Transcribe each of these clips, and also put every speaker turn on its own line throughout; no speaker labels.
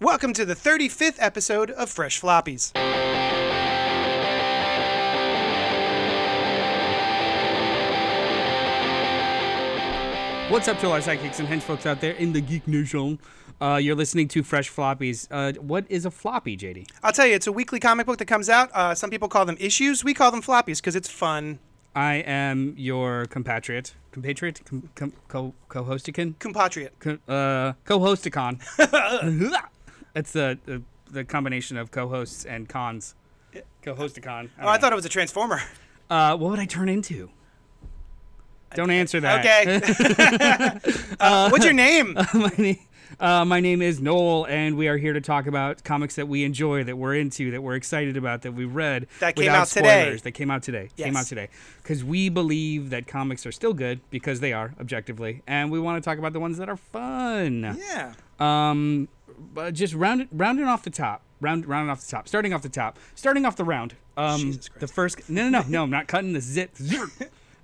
Welcome to the 35th episode of Fresh Floppies.
What's up to all our sidekicks and henchfolks out there in the Geek Nation? Uh, you're listening to Fresh Floppies. Uh, what is a floppy, JD?
I'll tell you, it's a weekly comic book that comes out. Uh, some people call them issues, we call them floppies because it's fun.
I am your compatriot, compatriot, com, com, co co-hosticon,
Compatriot.
co- uh, co-hosticon. That's the, the the combination of co-hosts and cons. Co-hosticon.
Oh, I thought it was a transformer.
Uh, what would I turn into? Don't answer that.
Okay. Uh, what's your name?
my, name, uh, my name is Noel, and we are here to talk about comics that we enjoy, that we're into, that we're excited about, that we've read.
That came
without
out today.
spoilers, That came out today. Came
Yes.
out today. Because we believe that comics are still good because they are objectively, and we want to talk about the ones that are fun.
Yeah.
Um, but just round it- rounding off the top. Round, rounding off the top, starting off the top, starting off the round. Um,
Jesus
The
Christ.
first, no, no, no, no, I'm not cutting the zip. Zip.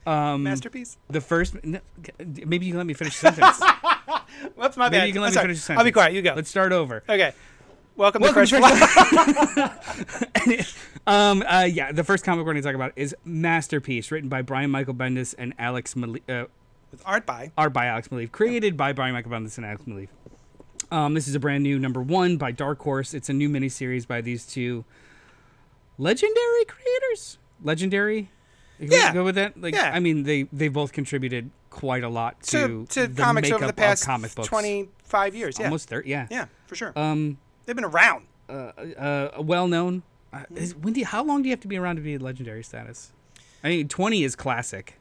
um,
Masterpiece?
The first, no, maybe you can let me finish the sentence.
Whoops, my bad.
Maybe you can let
I'm
me
sorry.
finish the sentence.
I'll be quiet. You go.
Let's start over.
okay. Welcome,
Welcome
to
to
Fresh Floppies.
um, uh, yeah, the first comic we're going to talk about is Masterpiece, written by Brian Michael Bendis and Alex Mali- uh,
With art by.
art by Alex Malieve, created by Brian Michael Bendis and Alex Malieve. Um, this is a brand new number one by Dark Horse. It's a new miniseries by these two legendary creators. Legendary. You can
Yeah.
Go with that. Like,
Yeah.
I mean, they they both contributed quite a lot
To, to
to, the
comics over
makeup
the
of
past
comic books.
25 years. Yeah.
almost thirty. Yeah.
Yeah, for sure.
Um.
They've been around.
uh, uh, well known. Uh,
Hmm.
is, when do you- how long do you have to be around to be at legendary status? I mean, twenty is classic.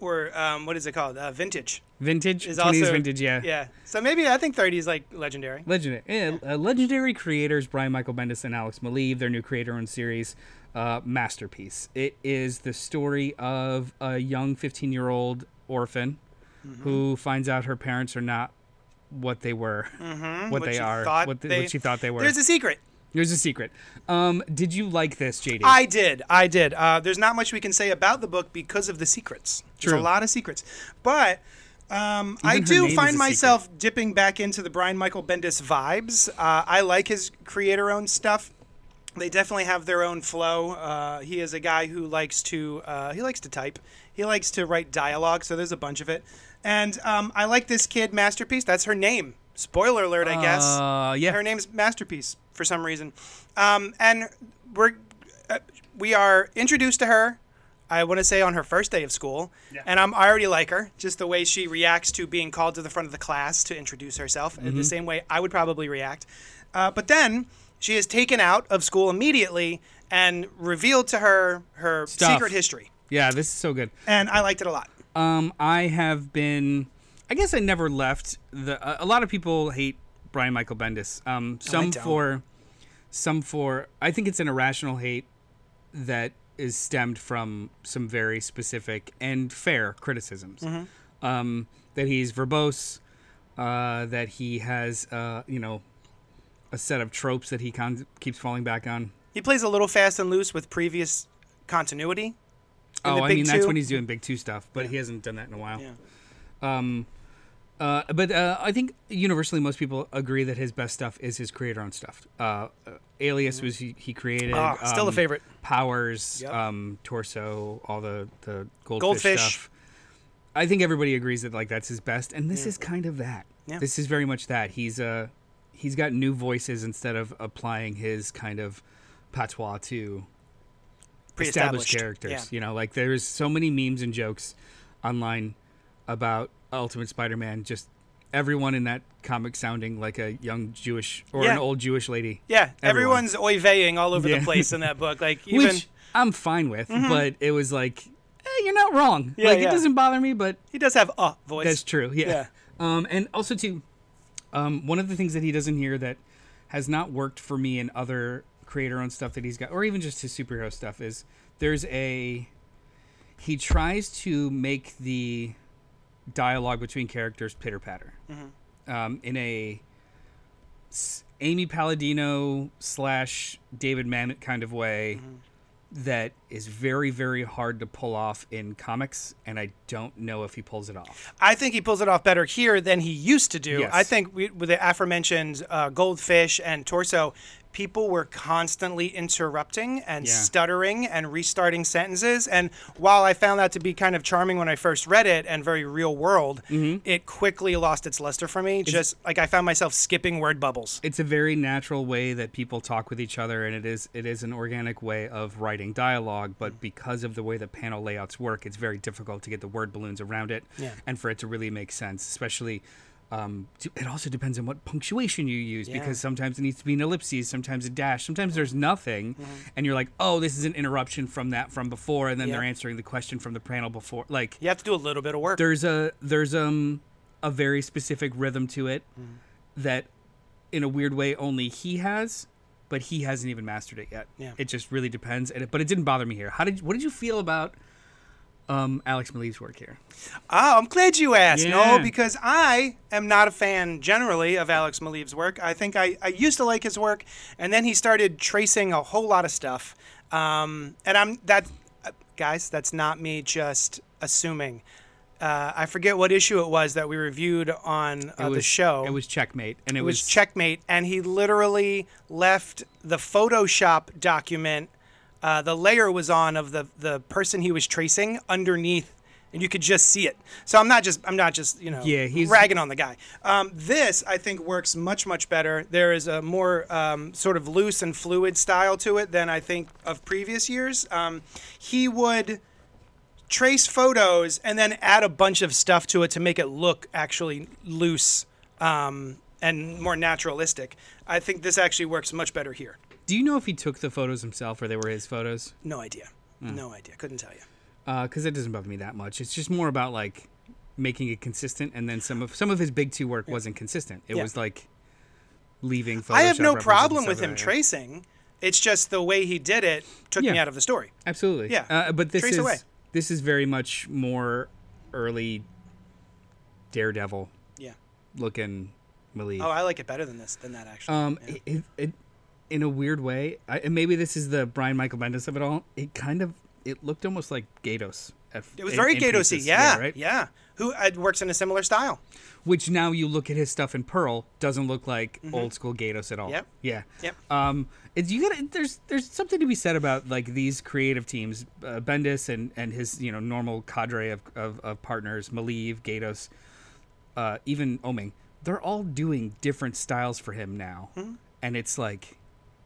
Or um, what is it called? Uh, vintage.
Vintage
Is
twenty is
also-
vintage, yeah.
Yeah. So maybe I think 30 is like legendary.
Legendary, yeah, uh, legendary creators Brian Michael Bendis and Alex Maleev, their new creator-owned series, uh, masterpiece. It is the story of a young 15-year-old orphan
Mm-hmm.
who finds out her parents are not what they were, what,
Mm-hmm. What
they
she
are,
thought
what, the-
they-
what she thought they were.
There's a secret.
There's a secret. Um, did you like this, JD?
I did. I did. Uh, there's not much we can say about the book because of the secrets. There's a
True.
lot of secrets. But um, I
her name
do
is a
find
secret.
myself dipping back into the Brian Michael Bendis vibes. Uh, I like his creator owned stuff. They definitely have their own flow. Uh, he is a guy who likes to uh, he likes to type. He likes to write dialogue, so there's a bunch of it. And um, I like this kid, Masterpiece. That's her name. Spoiler alert, I guess.
Uh, yeah.
Her name's Masterpiece for some reason. Um, and we're uh, we are introduced to her. I want to say on her first day of school, and I'm I already like her. Just the way she reacts to being called to the front of the class to introduce herself, uh,
Mm-hmm.
the same way I would probably react. Uh, but then she is taken out of school immediately and revealed to her her
Stuff.
secret history,
yeah, this is so good.
and I liked it a lot.
Um, I have been. I guess I never left the. a- a lot of people hate Brian Michael Bendis. Um, some
don't.
for, some for. I think it's an irrational hate that is stemmed from some very specific and fair criticisms. Um, that he's verbose. Uh, that he has, uh, you know, a set of tropes that he con- keeps falling back on.
He plays a little fast and loose with previous continuity. in
Oh,
the
I
Big
mean that's
Two.
when he's doing big two stuff, but he hasn't done that in a while.
Yeah.
Um, uh, but uh, I think universally most people agree that his best stuff is his creator-owned stuff. Uh, uh, Alias was he, he created.
Ah, still a
um,
favorite.
Powers,
Mm-hmm. Yep.
um, Torso, all the the goldfish,
Goldfish.
stuff. I think everybody agrees that like that's his best, and this is kind of that.
Yeah.
This is very much that he's uh, he's got new voices instead of applying his kind of patois to established
Pre-established.
characters.
Yeah.
You know, like there's so many memes and jokes online about Ultimate Spider-Man. Just everyone in that comic sounding like a young Jewish or an
Yeah.
old Jewish lady.
Yeah,
Everyone.
everyone's oiveying all over
Yeah.
the place in that book. Like even Mm-hmm.
which I'm fine with, but it was like, eh, you're not wrong.
Yeah,
like it
yeah.
doesn't bother me, but
he does have a voice.
that's true. Yeah.
Yeah.
Um, and also too, um, one of the things that he doesn't hear that has not worked for me in other creator-owned stuff that he's got, or even just his superhero stuff, is there's a he tries to make the dialogue between characters pitter patter um, in a s- Amy Palladino slash David Mamet kind of way that is very very hard to pull off in comics and i don't know if he pulls it off
I think he pulls it off better here than he used to do.
Yes.
I think we, with the aforementioned uh, goldfish and torso, people were constantly interrupting and
Yeah.
stuttering and restarting sentences. And while I found that to be kind of charming when I first read it and very real world,
Mm-hmm.
it quickly lost its luster for me. Just like I found myself skipping word bubbles.
it's a very natural way that people talk with each other and it is it is an organic way of writing dialogue but because of the way the panel layouts work it's very difficult to get the word balloons around it
Yeah.
and for it to really make sense especially um, t- it also depends on what punctuation you use
Yeah.
because sometimes it needs to be an ellipses sometimes a dash sometimes there's nothing
Mm-hmm.
and you're like oh this is an interruption from that from before and then
Yeah.
they're answering the question from the panel before like
You have to do a little bit of work.
there's a there's um a very specific rhythm to it
Mm-hmm.
that in a weird way only he has but he hasn't even mastered it yet
Yeah.
it just really depends and it, but it didn't bother me here how did what did you feel about um alex Maleev's work here
Oh, I'm glad you asked.
Yeah.
No, because I am not a fan generally of Alex Maleev's work. I think I, I used to like his work, and then he started tracing a whole lot of stuff. Um, and I'm that, uh, guys, that's not me just assuming. Uh, I forget what issue it was that we reviewed on uh,
It
the
was-
show.
it was checkmate and it,
It was checkmate, and he literally left the Photoshop document. Uh, the layer was on of the the person he was tracing underneath, and you could just see it. So I'm not just I'm not just you know
Yeah, he's-
ragging on the guy. Um, this I think works much much better. There is a more um, sort of loose and fluid style to it than I think of previous years. Um, he would trace photos and then add a bunch of stuff to it to make it look actually loose um, and more naturalistic. I think this actually works much better here.
do you know if he took the photos himself or they were his photos
No idea.
Hmm.
No idea. Couldn't tell you.
because it doesn't bother me that much it's just more about like making it consistent and then some of some of his big two work wasn't consistent it
Yeah.
was like leaving Photoshop
I have no
references
problem
and
with
stuff
him
like that.
tracing. It's just the way he did it took me
Yeah.
out of the story.
Absolutely.
Yeah.
Uh, but this
Trace
is
away.
this is very much more early Daredevil
Yeah.
looking Malik.
Oh, I like it better than this than that actually.
um,
Yeah.
it, it, it- in a weird way, I, and maybe this is the Brian Michael Bendis of it all. It kind of it looked almost like Gatos. At,
it was very Gatos-y. Yeah.
Right.
Yeah. Who uh, works in a similar style.
Which now you look at his stuff in Pearl doesn't look like old school Gatos at all.
Mm-hmm. Yep.
Yeah.
Yep.
Um, it's you gotta. There's there's something to be said about like these creative teams, uh, Bendis and and his you know normal cadre of of, of partners, Maliv, Gatos, uh, even Oming. They're all doing different styles for him now, and it's like,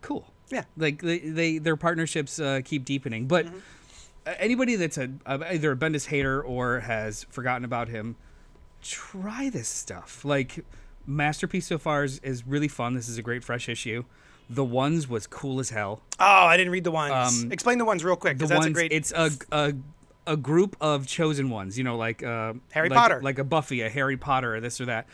cool.
Yeah.
Like they, they their partnerships uh, keep deepening, but. uh, Anybody that's a, a either a Bendis hater or has forgotten about him, try this stuff. Like Masterpiece so far is, is really fun. This is a great fresh issue. The ones was cool as hell.
Oh, I didn't read the ones.
Um,
Explain the ones real quick
The
because that's
ones
a great.
it's a, a a group of chosen ones, you know, like uh,
Harry
like-
Potter.
like a Buffy, a Harry Potter, or this or that.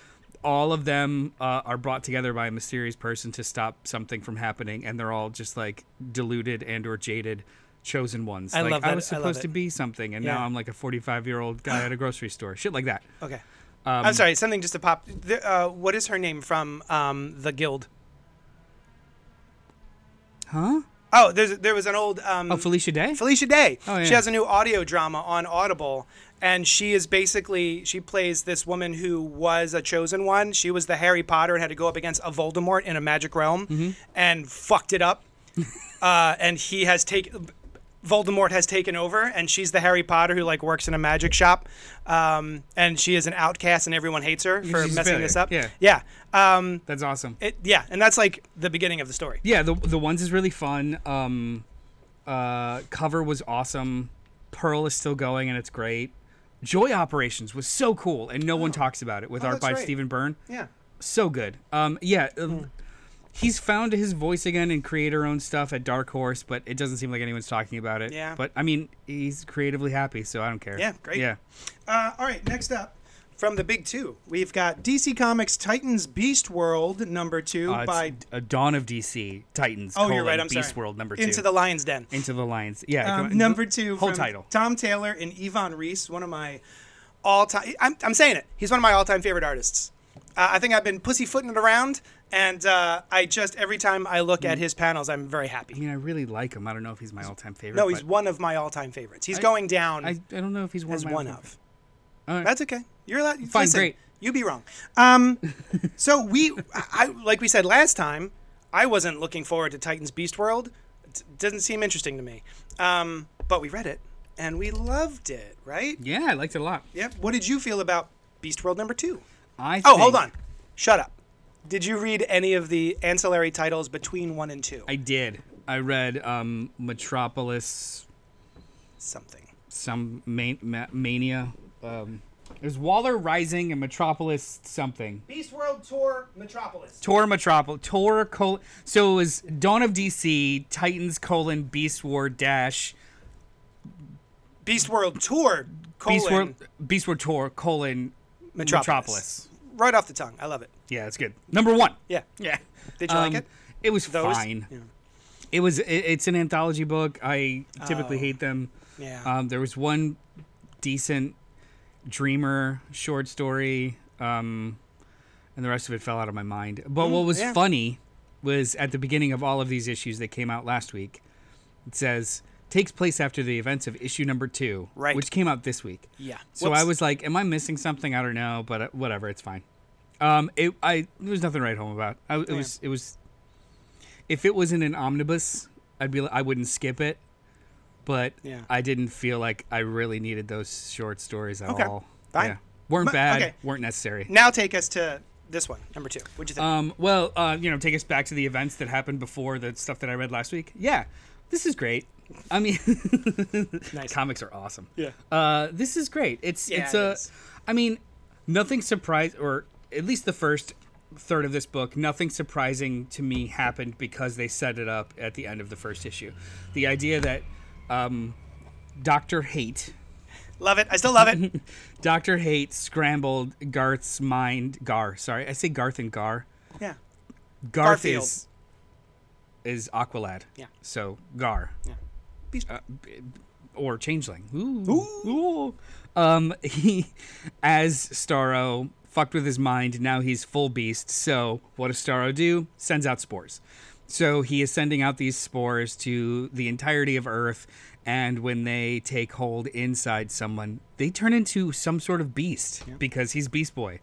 All of them uh, are brought together by a mysterious person to stop something from happening, and they're all just like deluded and or jaded chosen ones.
I
like
love
I
that.
was
I love
supposed to
it.
be something, and
Yeah.
now I'm like a 45 year old guy at a grocery store. Shit like that.
Okay.
um,
I'm sorry, something just to pop. The, uh, what is her name from um, the guild?
Huh?
Oh, there's, there was an old um,
Oh, Felicia Day.
Felicia Day.
Oh,
She
yeah.
has a new audio drama on Audible, and she is basically she plays this woman who was a chosen one. She was the Harry Potter and had to go up against a Voldemort in a magic realm,
Mm-hmm.
and fucked it up. uh, and he has taken. Voldemort has taken over, and she's the Harry Potter who like works in a magic shop, um, and she is an outcast, and everyone hates her for
she's a
messing
failure.
this up.
Yeah.
yeah, um,
That's awesome.
It, yeah, and that's like the beginning of the story.
yeah the the ones is really fun um uh cover was awesome pearl is still going and it's great joy operations was so cool and no one talks about it with art
Oh. that's
by
right.
stephen byrne
Yeah. Hmm.
so good um yeah um, he's found his voice again and creator owned stuff at dark horse but it doesn't seem like anyone's talking about it
Yeah.
but i mean he's creatively happy so i don't care
Yeah, great.
yeah
Uh, all right, next up from the big two, we've got DC Comics Titans Beast World number two
uh, it's
by.
a dawn of dc titans
Oh, you're
colon,
right. I'm
beast
sorry.
world number two
Into the Lion's Den.
into the lions yeah
Um,
come on.
number two.
whole
from
title
Tom Taylor and Yvonne Reese, one of my all time. I'm, I'm saying it. He's one of my all time favorite artists. Uh, I think I've been pussyfooting it around And uh, I just every time I look
Mm-hmm.
at his panels, I'm very happy.
I mean, I really like him. I don't know if he's my all-time favorite.
no, he's
but
one of my all-time favorites. He's
I-
going down
I, I don't know if he's one
as
of my
one
all-time
of.
All right.
That's okay. You're allowed.
Fine,
listen,
great.
You be wrong. Um, so we, I like we said last time, I wasn't looking forward to Titans Beast World. It doesn't seem interesting to me. Um, but we read it and we loved it, right?
Yeah, I liked it a lot.
Yep. What did you feel about Beast World number two?
I
Oh, hold
think-
on. Shut up. Did you read any of the ancillary titles between one and two?
I did. I read um, Metropolis,
Something.
some man- ma- mania. Um, there's Waller Rising and Metropolis something.
Beast World Tour Metropolis.
Tor Metropolis. Tor colon. So it was Dawn of DC, Titans colon Beast War dash
Beast World Tour colon
Beast War Beast War Tor colon
Metropolis.
Metropolis.
Right off the tongue. I love it.
Yeah, that's good. Number one.
Yeah.
Yeah.
Did you
Um,
like it?
It was
Those?
fine.
Yeah.
It was. It, it's an anthology book. I typically
Oh.
hate them.
Yeah.
Um, there was one decent dreamer short story, um, and the rest of it fell out of my mind. But what was
Mm, yeah.
funny was at the beginning of all of these issues that came out last week, it says takes place after the events of issue number two,
Right.
which came out this week.
yeah.
So
Whoops.
I was like, "Am I missing something? I don't know, but uh, whatever, it's fine." Um, it I there was nothing to write home about. I, it was it was. If it was in an omnibus, I'd be li- I wouldn't skip it, but
Yeah.
I didn't feel like I really needed those short stories at
Okay,
all.
fine.
weren't
But-
bad,
okay.
weren't necessary.
Now take us to this one, number two. What'd you think?
Um, well, uh, you know, take us back to the events that happened before the stuff that I read last week. Yeah, this is great. I mean,
Nice.
comics are awesome.
Yeah.
uh, this is great. It's
Yeah,
it's
it
a,
is.
I mean, nothing surprised, or at least the first third of this book, nothing surprising to me happened because they set it up at the end of the first issue. The idea that um, Doctor Hate,
love it. I still love it.
Doctor Hate scrambled Garth's mind. Gar, sorry, I say Garth and Gar.
yeah.
Garth
Garfield.
is is Aqualad.
Yeah.
So Gar.
Yeah. Beast-
Uh, b- or Changeling. Ooh. Ooh. Um he as Starro fucked with his mind, now he's full beast. So what does Starro do? Sends out spores. So he is sending out these spores to the entirety of Earth, and when they take hold inside someone, they turn into some sort of beast because he's Beast Boy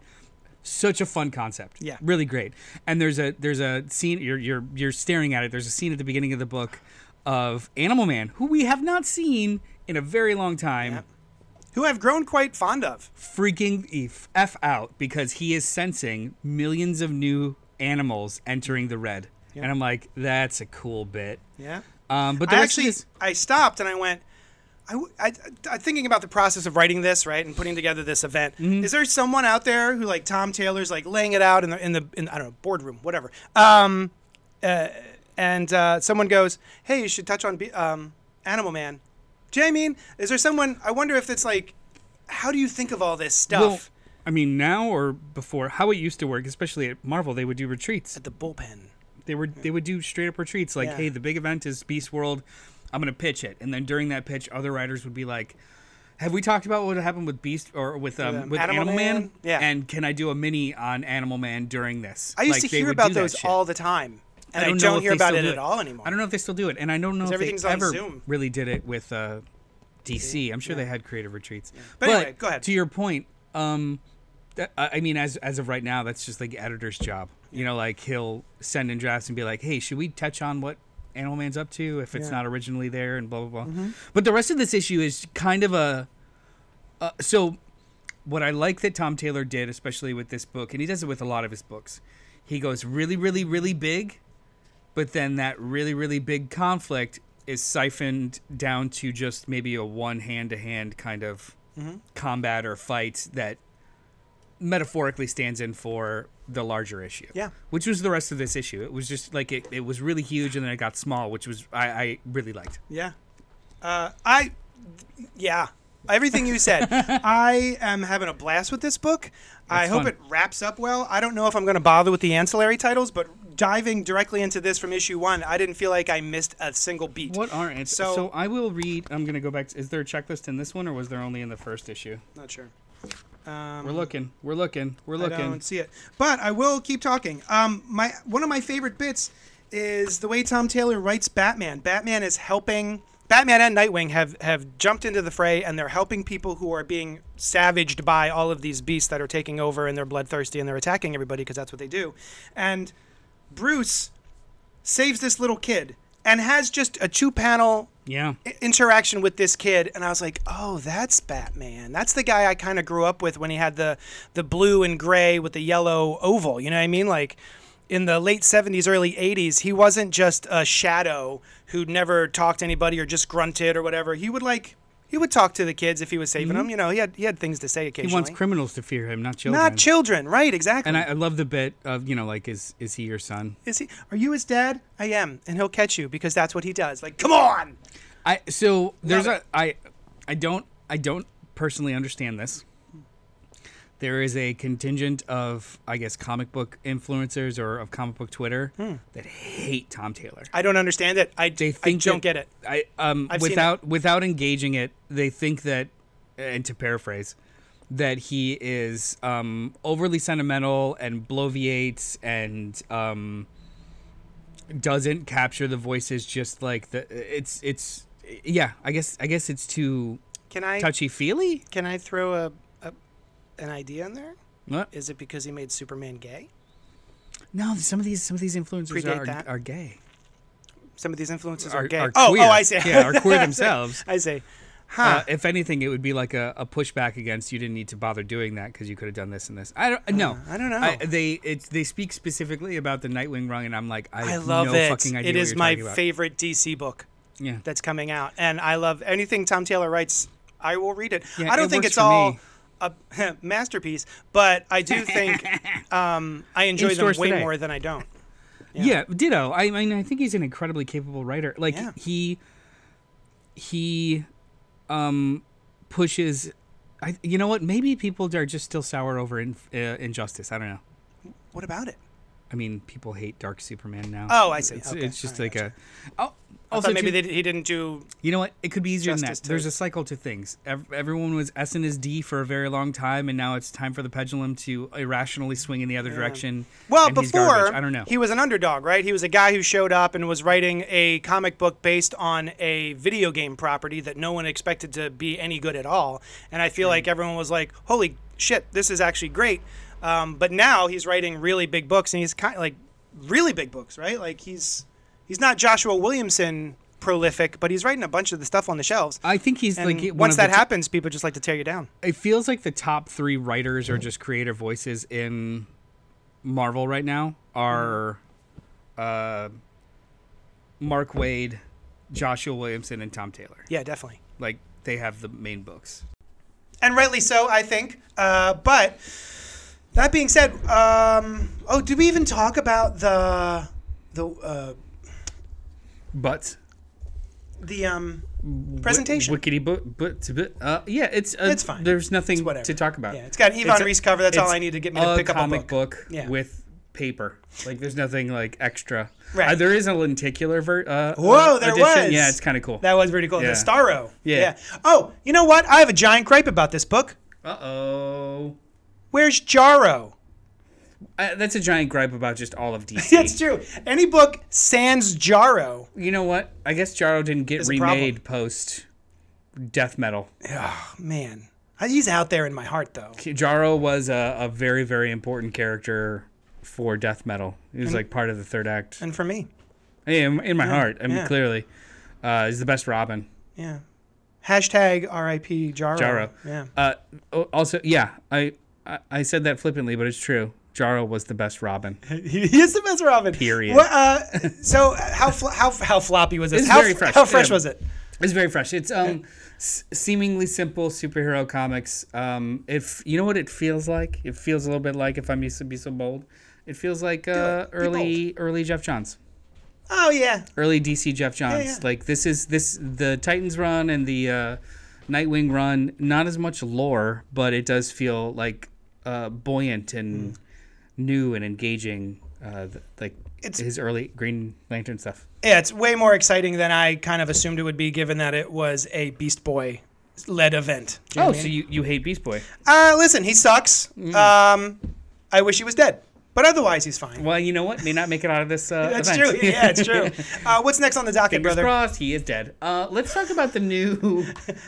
such a fun concept.
Yeah.
really great. And there's a there's a scene you're you're you're staring at it. There's a scene at the beginning of the book of Animal Man, who we have not seen in a very long time.
Who I've grown quite fond of.
Freaking the f out because he is sensing millions of new animals entering the red. And I'm like, that's a cool bit.
Yeah.
Um, but the
I
rest
actually
of this,
I stopped and I went. I, w- I, I- I- thinking about the process of writing this right and putting together this event.
Mm-hmm.
Is there someone out there who like Tom Taylor's like laying it out in the in the in, I don't know boardroom whatever. Um, uh, and uh, someone goes, "Hey, you should touch on be- um, Animal Man." Do you know what I mean? Is there someone? I wonder if it's like, how do you think of all this stuff
well, I mean, now or before, how it used to work, especially at Marvel, they would do retreats.
at the bullpen?
they were they would do straight up retreats like
Yeah.
hey the big event is beast world i'm gonna pitch it and then during that pitch other writers would be like have we talked about what happened with beast or with um,
um,
with
Animal
animal, man?
Man? Yeah.
and can i do a mini on animal man during this
I used
Like,
to
they
hear
would do
about
that
those
shit.
all the time, and I don't,
know if
hear
they
about
still
it
do
at all anymore.
i don't know if they still do it and i don't know if
everything's
they
on
ever
Zoom.
really did it with uh, dc i'm sure they had creative retreats
But anyway, go ahead.
to your point um that- I I mean, as as of right now, that's just like editor's job. You know, like he'll send in drafts and be like, "Hey, should we touch on what Animal Man's up to if it's not originally there?" and blah blah blah.
Mm-hmm.
But the rest of this issue is kind of a uh, so. What I like that Tom Taylor did, especially with this book, and he does it with a lot of his books, he goes really, really, really big, but then that really, really big conflict is siphoned down to just maybe a one hand to hand kind of
Mm-hmm.
combat or fight that metaphorically stands in for the larger issue.
Yeah.
Which was the rest of this issue. It was just like it, it was really huge and then it got small, which was I, I really liked.
Yeah. Uh, I, yeah. Everything you said. I am having a blast with this book. I
It's
hope
fun.
it wraps up well. I don't know if I'm going to bother with the ancillary titles, but diving directly into this from issue one, I didn't feel like I missed a single beat.
What are it?
So-
So, so I will read I'm gonna go back to, is there a checklist in this one or was there only in the first issue?
Not sure. Um,
We're looking. We're looking. We're
I
looking.
don't see it, but I will keep talking. Um, my one of my favorite bits is the way Tom Taylor writes Batman. Batman is helping. Batman and Nightwing have have jumped into the fray, and they're helping people who are being savaged by all of these beasts that are taking over, and they're bloodthirsty, and they're attacking everybody because that's what they do. And Bruce saves this little kid and has just a two panel
Yeah.
interaction with this kid and I was like, "Oh, that's Batman. That's the guy I kind of grew up with when he had the the blue and gray with the yellow oval, you know what I mean? Like in the late 70s early 80s, he wasn't just a shadow who never talked to anybody or just grunted or whatever. He would like he would talk to the kids if he was saving them, you know. He had he had things to say occasionally.
Mm-hmm. He wants criminals to fear him, not children.
Not children, right? Exactly.
and I, I love the bit of you know like is is he your son?
Is he Are you his dad? I am, and he'll catch you because that's what he does. Like, "Come on."
I so there's
Love
a I I don't I don't personally understand this. There is a contingent of I guess comic book influencers or of comic book Twitter that hate Tom Taylor.
I don't understand it. I,
They
I
think
don't
that-
get it.
I um
I've seen it.
without without engaging it, they think that and to paraphrase that he is um overly sentimental and bloviates and um doesn't capture the voices just like the it's it's yeah, I guess I guess it's too
Can I
touchy feely.
Can I throw a, a an idea in there?
What?
Is it because he made Superman gay?
No, some of these some of these influencers
Predate
are,
that.
are gay.
Some of these influences are,
Are-
gay.
are
oh,
queer.
oh, I see.
Yeah, are queer
I see.
themselves.
I see.
Uh,
Huh.
if anything, it would be like a, a pushback against you didn't need to bother doing that because you could have done this and this. I don't no.
Uh, I don't know.
they it's they speak specifically about the Nightwing rung, and I'm like I,
I
have
love
Uh, no
it.
fucking idea.
It
what
is
you're
my
talking about.
favorite DC book
Yeah.
that's coming out, and I love anything Tom Taylor writes. I will read it.
Yeah,
I
it
don't think
works
it's
for
all
me.
a masterpiece, but I do think um, I enjoy them way
stores today.
more than I don't.
yeah. Ditto. I mean, I think he's an incredibly capable writer. Like
Yeah.
he he um pushes. I, you know what? Maybe people are just still sour over in, uh, injustice. I don't know.
What about it?
I mean, people hate Dark Superman now.
Oh, I see.
It's,
Okay.
it's just
All
like
right,
a. Oh,
I
also
thought maybe
too-
they, he didn't do.
You know what? It could be easier than that.
Justice to-
There's a cycle to things. Ev- everyone was S and his D for a very long time, and now it's time for the pendulum to irrationally swing in the other direction.
Well,
and he's garbage.
before
I don't know.
he was an underdog, right? He was a guy who showed up and was writing a comic book based on a video game property that no one expected to be any good at all. And I
Hmm.
feel like everyone was like, "Holy shit, this is actually great." Um, but now he's writing really big books, and he's kind of like really big books, right? Like he's he's not Joshua Williamson prolific, but he's writing a bunch of the stuff on the shelves.
I think he's
And
like one
once
of the
that
t-
happens, people just like to tear you down.
it feels like the top three writers or just creative voices in Marvel right now are uh, Mark Wade, Joshua Williamson, and Tom Taylor.
Yeah, definitely.
Like they have the main books.
and rightly so, I think. Uh, but that being said, um, oh, did we even talk about the the uh,
But
the um, presentation?
Wickety but but to bit. Uh, yeah, it's uh,
It's fine.
There's nothing
It's whatever.
to talk about.
Yeah, it's got an Yvonne
It's a-
Reese cover. That's all
it's
I need to get me to pick up a
comic
book. Yeah.
yeah. with paper. Like there's nothing like extra.
Right.
Uh, there is a lenticular ver- uh,
Whoa,
uh,
there
edition.
was.
Yeah, it's kind of cool.
that was pretty cool.
Yeah.
The Starro.
Yeah.
Oh, you know what? I have a giant gripe about this book.
Uh-oh.
Where's Jaro?
Uh, that's a giant gripe about just all of DC.
That's true. Any book sans Jaro.
You know what? I guess Jaro didn't get
a problem.
remade post death metal.
Oh, man, he's out there in my heart though.
Jaro was a, a very very important character for death metal. He was like part of the third act.
And for me,
Yeah, in, in my heart. I mean,
yeah.
clearly, uh, he's the best Robin.
yeah. Hashtag R.I.P. Jaro.
Jaro.
Yeah.
Uh, o- also, yeah, I, I I said that flippantly, but it's true. Jaro was the best Robin.
he is the best Robin.
Period.
What, uh, so how fl- how how floppy was this?
It's
how,
very
fr-
fresh,
How fresh
yeah.
was it?
It's very fresh. It's um, s- seemingly simple superhero comics. Um, if you know what it feels like, it feels a little bit like if I'm used to be so bold. It feels like uh,
it. Be
early early Jeff Johns.
Oh yeah,
early DC Jeff Johns.
yeah.
Like this is this the Titans run and the uh, Nightwing run. Not as much lore, but it does feel like uh, buoyant
Hmm.
and new and engaging. Uh, th- like
It's-
his early Green Lantern stuff.
yeah. It's way more exciting than I kind of assumed it would be, given that it was a Beast Boy led event. Do you know
Oh,
what I
so Mm.
mean?
you, you hate Beast Boy?
uh, listen, he sucks. Um, I wish he was dead, but otherwise he's fine.
Well, you know what? May not make it out of this. Uh,
That's
event.
true. Yeah, it's true. Uh, what's next on the docket,
Fingers
brother?
crossed, he is dead. Uh, let's talk about the new.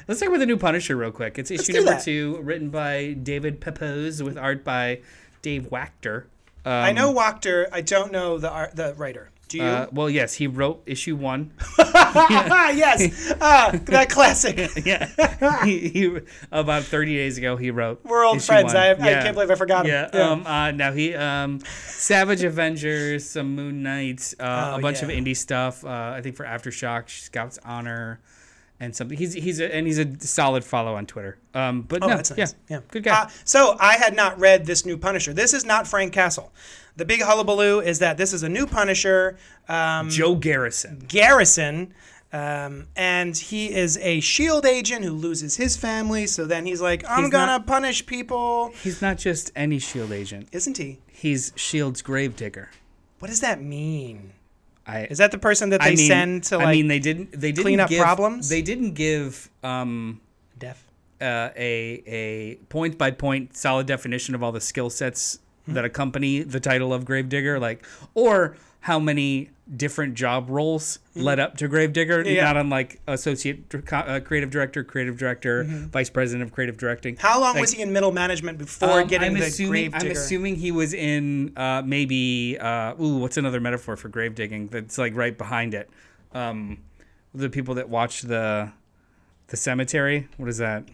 let's talk about the new Punisher real quick. It's issue
do
number
that.
two, written by David Pepose with art by Dave Wachter. Um,
I know Wachter. I don't know the art, the writer. Do you?
Uh, well, yes, he wrote issue one.
yes. Ah, that classic.
yeah, he, he about thirty days ago he wrote.
We're old
issue
friends.
one.
I, I
Yeah.
can't believe I forgot him.
Yeah. Um. Uh, now he um, Savage Avengers, some Moon Knights, uh,
Oh,
a bunch
yeah.
of indie stuff. Uh, I think for Aftershock, Scout's Honor, and something. He's he's a, and he's a solid follow on Twitter. Um. But
Oh,
no,
that's nice.
yeah, good guy.
Uh, so I had not read this new Punisher. This is not Frank Castle. The big hullabaloo is that this is a new Punisher, um,
Joe Garrison.
Garrison, um, and he is a Shield E agent who loses his family. So then he's like, "I'm
He's
gonna punish people,"
He's not just any Shield agent.
isn't he?
He's Shield's gravedigger.
What does that mean?
I
Is that the person that they
I mean,
send to like
I mean, they didn't. They didn't
clean up
give-
problems?
They didn't give. Um,
death?
uh, a a point by point solid definition of all the skill sets
Hmm.
that accompany the title of gravedigger, like or how many different job roles led up to gravedigger,
Hmm. Yeah.
not unlike associate dir- co- uh, creative director, creative director, vice president of creative directing.
Hmm. How long
Like,
was he in middle management before
um,
getting
I'm
the
assuming,
grave
I'm
digger?
assuming he was in uh, maybe uh, ooh, what's another metaphor for grave digging that's like right behind it? Um, the people that watch the the cemetery. What is that?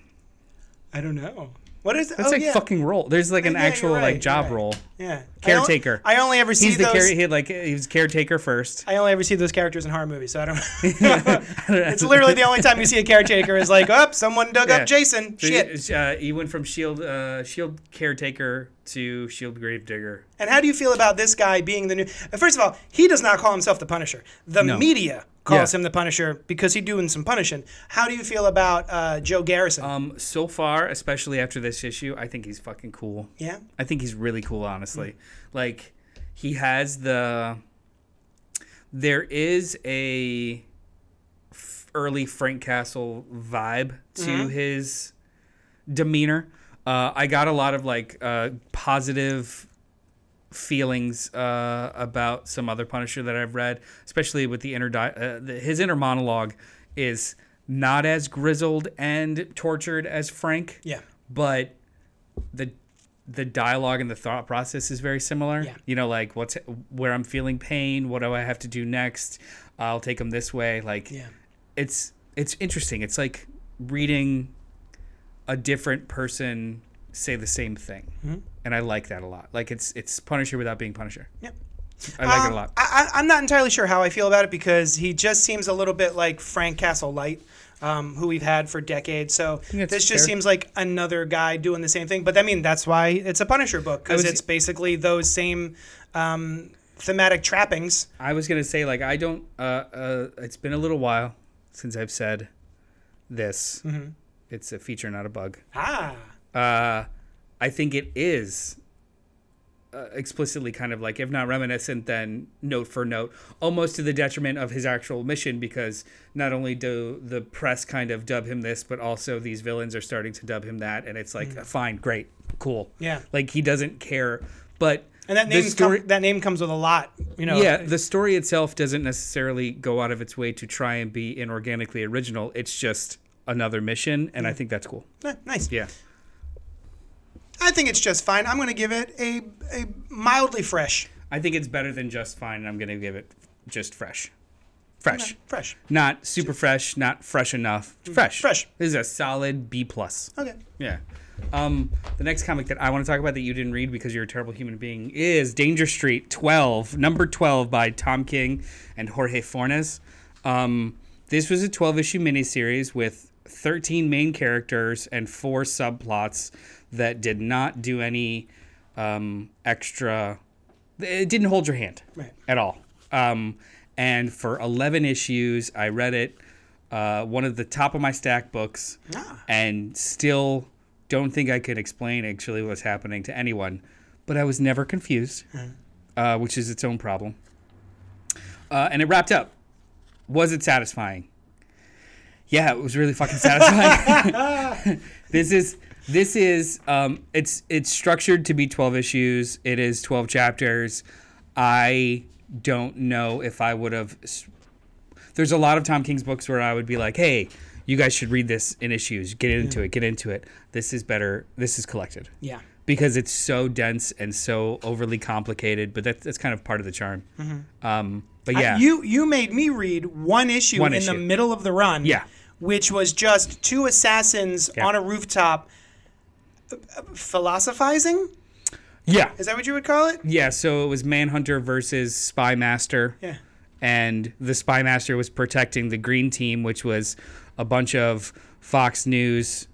I don't know. What is?
That's
oh,
like
yeah. Uh,
fucking role. There's like an
Yeah, you're
actual
right,
like job
you're right.
role.
Yeah.
Caretaker.
I, on- I only ever see
He's the
those.
care. He like he was caretaker first.
I only ever see those characters in horror movies, so I don't. it's literally the only time you see a caretaker is like, oh, someone dug
Yeah.
up Jason.
So
Shit.
He, uh, he went from shield uh, shield caretaker to shield gravedigger.
And how do you feel about this guy being the new? uh, First of all, he does not call himself the Punisher. The
No.
media calls
Yeah.
him the Punisher because he's doing some punishing. How do you feel about uh, Joe Garrison?
Um, so far, especially after this issue, I think he's fucking cool.
yeah.
I think he's really cool, honestly. Like, he has the. There is a f- early Frank Castle vibe to his demeanor. Uh, I got a lot of like uh, positive feelings uh, about some other Punisher that I've read, especially with the inner di- uh, the, his inner monologue is not as grizzled and tortured as Frank
Yeah.
but the the dialogue and the thought process is very similar.
Yeah.
You know, like what's where I'm feeling pain. What do I have to do next? I'll take them this way. Like,
Yeah.
it's it's interesting. It's like reading a different person say the same thing,
Mm-hmm.
and I like that a lot. Like it's it's Punisher without being Punisher.
Yep.
I like it
Um,
a lot.
I, I- I'm not entirely sure how I feel about it because he just seems a little bit like Frank Castle Light, um, who we've had for decades. So
that's
this just
fair.
seems like another guy doing the same thing. But I mean, that's why it's a Punisher book because
was-
it's basically those same um, thematic trappings.
I was gonna say like I don't. Uh, uh, it's been a little while since I've said this.
Mm-hmm.
It's a feature, not a bug.
Ah,
uh, I think it is uh, explicitly kind of like, if not reminiscent, then note for note, almost to the detriment of his actual mission, because not only do the press kind of dub him this, but also these villains are starting to dub him that, and it's like, fine, great, cool.
Mm. Yeah.
like he doesn't care, but
and that
the
name that name comes with a lot. You know.
yeah, the story itself doesn't necessarily go out of its way to try and be inorganically original. It's just another mission, and I think that's cool.
Eh, nice.
Yeah.
I think it's just fine. I'm going to give it a a mildly fresh.
I think it's better than just fine, and I'm going to give it just fresh. Fresh.
Fresh.
Not super fresh, not fresh enough. Fresh.
Mm-hmm. Fresh.
This is a solid B plus.
Okay.
Yeah. Um, the next comic that I want to talk about that you didn't read because you're a terrible human being is Danger Street 12, number 12 by Tom King and Jorge Fornes. Um, this was a 12 issue miniseries with 13 main characters and four subplots that did not do any um, extra. It didn't hold your hand
Right.
at all. Um, and for 11 issues, I read it, uh, one of the top of my stack books,
Ah.
and still don't think I could explain actually what's happening to anyone. But I was never confused, uh, which is its own problem. Uh, and it wrapped up. Was it satisfying? yeah, it was really fucking satisfying. this is this is um, it's it's structured to be twelve issues. It is twelve chapters. I don't know if I would have. s- There's a lot of Tom King's books where I would be like, "Hey, you guys should read this in issues. Get into it. Get into it. This is better. This is collected."
Yeah.
because it's so dense and so overly complicated. But that, that's kind of part of the charm. Um, but
Mm-hmm. I-
yeah,
you you made me read one issue
One
in the
issue.
middle of the run.
Yeah.
Which was just two assassins
Yeah.
on a rooftop uh, uh, philosophizing?
yeah,
Is that what you would call it?
yeah. So it was Manhunter versus Spy Master.
Yeah.
and the spy master was protecting the green team, which was a bunch of Fox News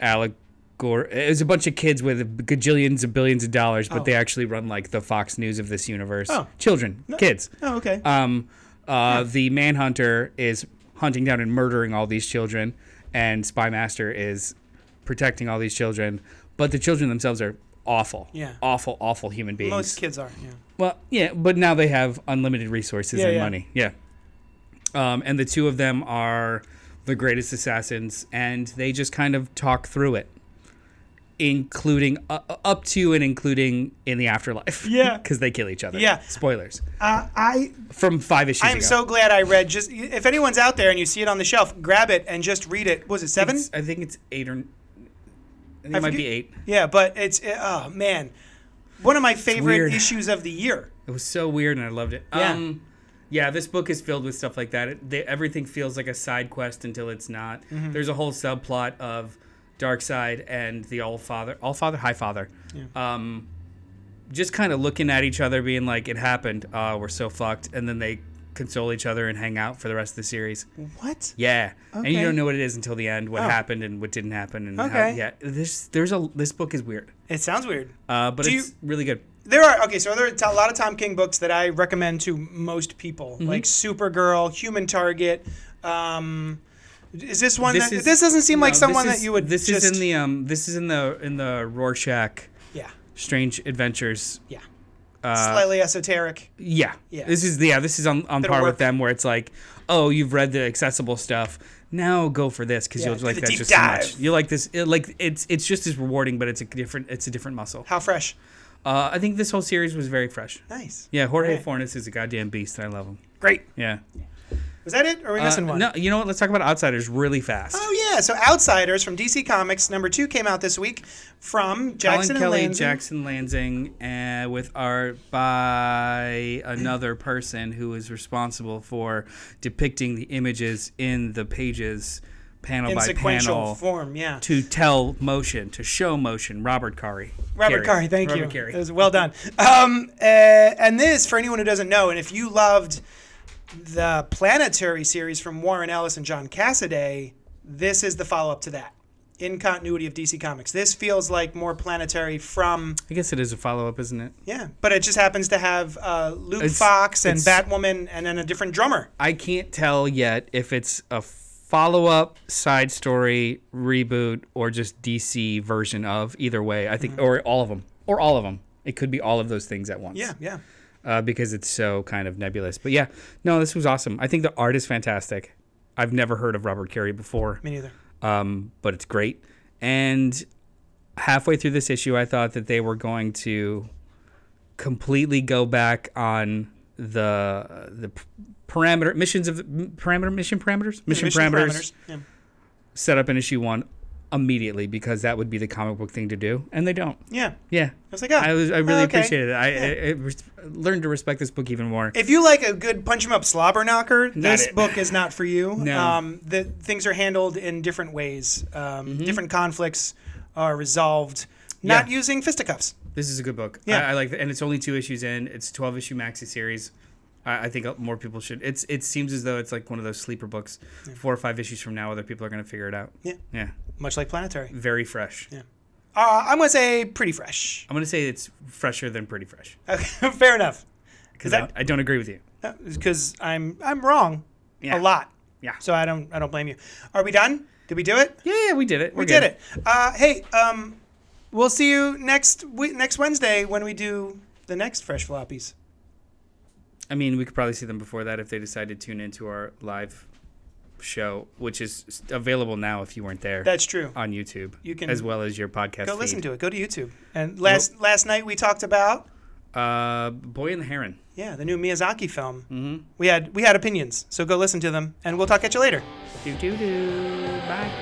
allegor. It was a bunch of kids with gajillions of billions of dollars, but they actually run like the Fox News of this universe.
Oh.
Children, kids.
Oh, okay.
Um, uh, The manhunter is hunting down and murdering all these children, and spy master is protecting all these children, but the children themselves are awful.
Yeah.
Awful, awful human beings.
Most kids are. Yeah.
Well, yeah, but now they have unlimited resources
Yeah,
and
yeah.
money. Yeah. Um, and the two of them are the greatest assassins, and they just kind of talk through it, including uh, up to and including in the afterlife.
Yeah.
Because they kill each other.
Yeah.
Spoilers
Uh, I
from five issues
I am
ago.
so glad I read. Just if anyone's out there and you see it on the shelf, grab it and just read it. Was it seven?
It's- I think it's eight or. I think it might
forget-
be eight.
Yeah, but it's uh, oh man, one of my favorite
weird.
issues of the year.
It was so weird, and I loved it.
Yeah.
Um, yeah, this book is filled with stuff like that. It, they, everything feels like a side quest until it's not.
Mm-hmm.
There's a whole subplot of Dark Side and the All Father, All Father, High Father, um, just kind of looking at each other, being like, "It happened. Uh, we're so fucked," and then they console each other and hang out for the rest of the series.
What?
Yeah, and you
Okay.
don't know what it is until the end, what
Oh.
happened and what didn't happen, and how,
Okay.
yeah, this there's a this book is weird,
It sounds weird.
uh, but
Do you-
it's really good.
There are okay, so there are a lot of Tom King books that I recommend to most people,
Mm-hmm.
like Supergirl, Human Target. Um, is this one
This
that
is-
this doesn't seem
No,
like
this
someone
is-
that you would
This
just,
is in the um. This is in the in the Rorschach
yeah
Strange Adventures.
yeah
Uh,
slightly esoteric
yeah.
Yeah.
This is yeah. This is on on
Bit of
par
work.
with them, where it's like, oh, you've read the accessible stuff. Now go for this because
Yeah,
you'll
do
like
the
that
deep
just so
dive.
much. You like this. It, like it's it's just as rewarding, but it's a different it's a different muscle.
how fresh
Uh, I think this whole series was very fresh.
nice
Yeah, Jorge
Right.
Fornes is a goddamn beast. and I love him.
great
Yeah.
was that it or are we
Uh,
missing one
no, you know what? Let's talk about Outsiders really fast.
oh yeah so Outsiders from DC Comics number two came out this week from
Colin
Jackson and
Kelly,
Lansing.
Jackson Lansing, uh, with art by another person who is responsible for depicting the images in the pages, panel
in
by
sequential
panel,
form yeah
to tell motion, to show motion. Robert Carey.
Robert Carey,
Carey,
thank
Robert
you.
Carey.
It was well done. Um, uh, and this, for anyone who doesn't know, and if you loved the Planetary series from Warren Ellis and John Cassaday, this is the follow up to that in continuity of DC Comics. This feels like more Planetary from,
I guess it is a follow up, isn't it?
yeah, but it just happens to have uh, Luke
It's-
Fox and
it's-
Batwoman and then a different drummer.
I can't tell yet if it's a follow up, side story, reboot, or just DC version of. Either way, I think,
Mm-hmm.
or all of them, or all of them. It could be all of those things at once.
Yeah, yeah.
uh, because it's so kind of nebulous. But yeah, no, this was awesome. I think the art is fantastic. I've never heard of Robert Carey before,
Me neither.
um, but it's great. And halfway through this issue, I thought that they were going to completely go back on the the p- parameter missions of m- parameter mission parameters mission, parameters,
Yeah.
set up in issue one immediately because that would be the comic book thing to do, and they don't.
yeah.
Yeah.
I was like, oh,
I was. I really
okay.
appreciated it. I, I, I res- learned to respect this book even more.
if you like a good punch 'em up slobber knocker, this
it.
book is not for you.
No.
Um, the things are handled in different ways. Um, Different conflicts are resolved, not
Mm-hmm. Yeah.
using fisticuffs.
This is a good book.
Yeah.
I, I like it, and it's only two issues in. It's a twelve issue maxi series. I, I think more people should. It's it seems as though it's like one of those sleeper books. Four or five issues from now, other people are going to figure it out.
Yeah.
Yeah,
Much like planetary.
very fresh.
Yeah. Uh, I'm gonna say pretty fresh.
I'm going to say it's fresher than Pretty Fresh
Okay, Fair enough.
because
that-
I, I don't agree with you.
Because I'm I'm wrong
Yeah.
a lot.
Yeah.
So I don't I don't blame you. Are we done? Did we do it?
Yeah, yeah, we did it. We're
We did it. Uh, hey, um, we'll see you next we- next Wednesday when we do the next fresh floppies.
I mean, we could probably see them before that if they decide to tune into our live show, which is available now if you weren't there.
That's true.
on YouTube.
You can-
as well as your podcast.
Go listen to it. Go to YouTube. And last last night we talked about
to uh, Boy and the Heron.
yeah the new Miyazaki film. Mm-hmm. We had we had opinions, so go listen to them, and we'll talk at you later.
Do do do. Bye.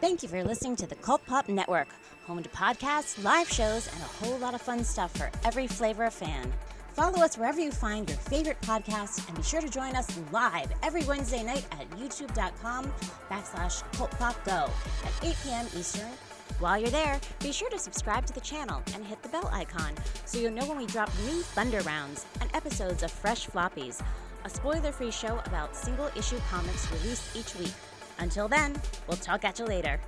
Thank you for listening to the Cult Pop Network, home to podcasts, live shows, and a whole lot of fun stuff for every flavor of fan. Follow us wherever you find your favorite podcasts, and be sure to join us live every Wednesday night at youtube.com backslash cultpopgo at 8 p.m. Eastern. While you're there, be sure to subscribe to the channel and hit the bell icon so you'll know when we drop new Thunder Rounds and episodes of Fresh Floppies, a spoiler-free show about single-issue comics released each week. Until then, we'll talk at you later.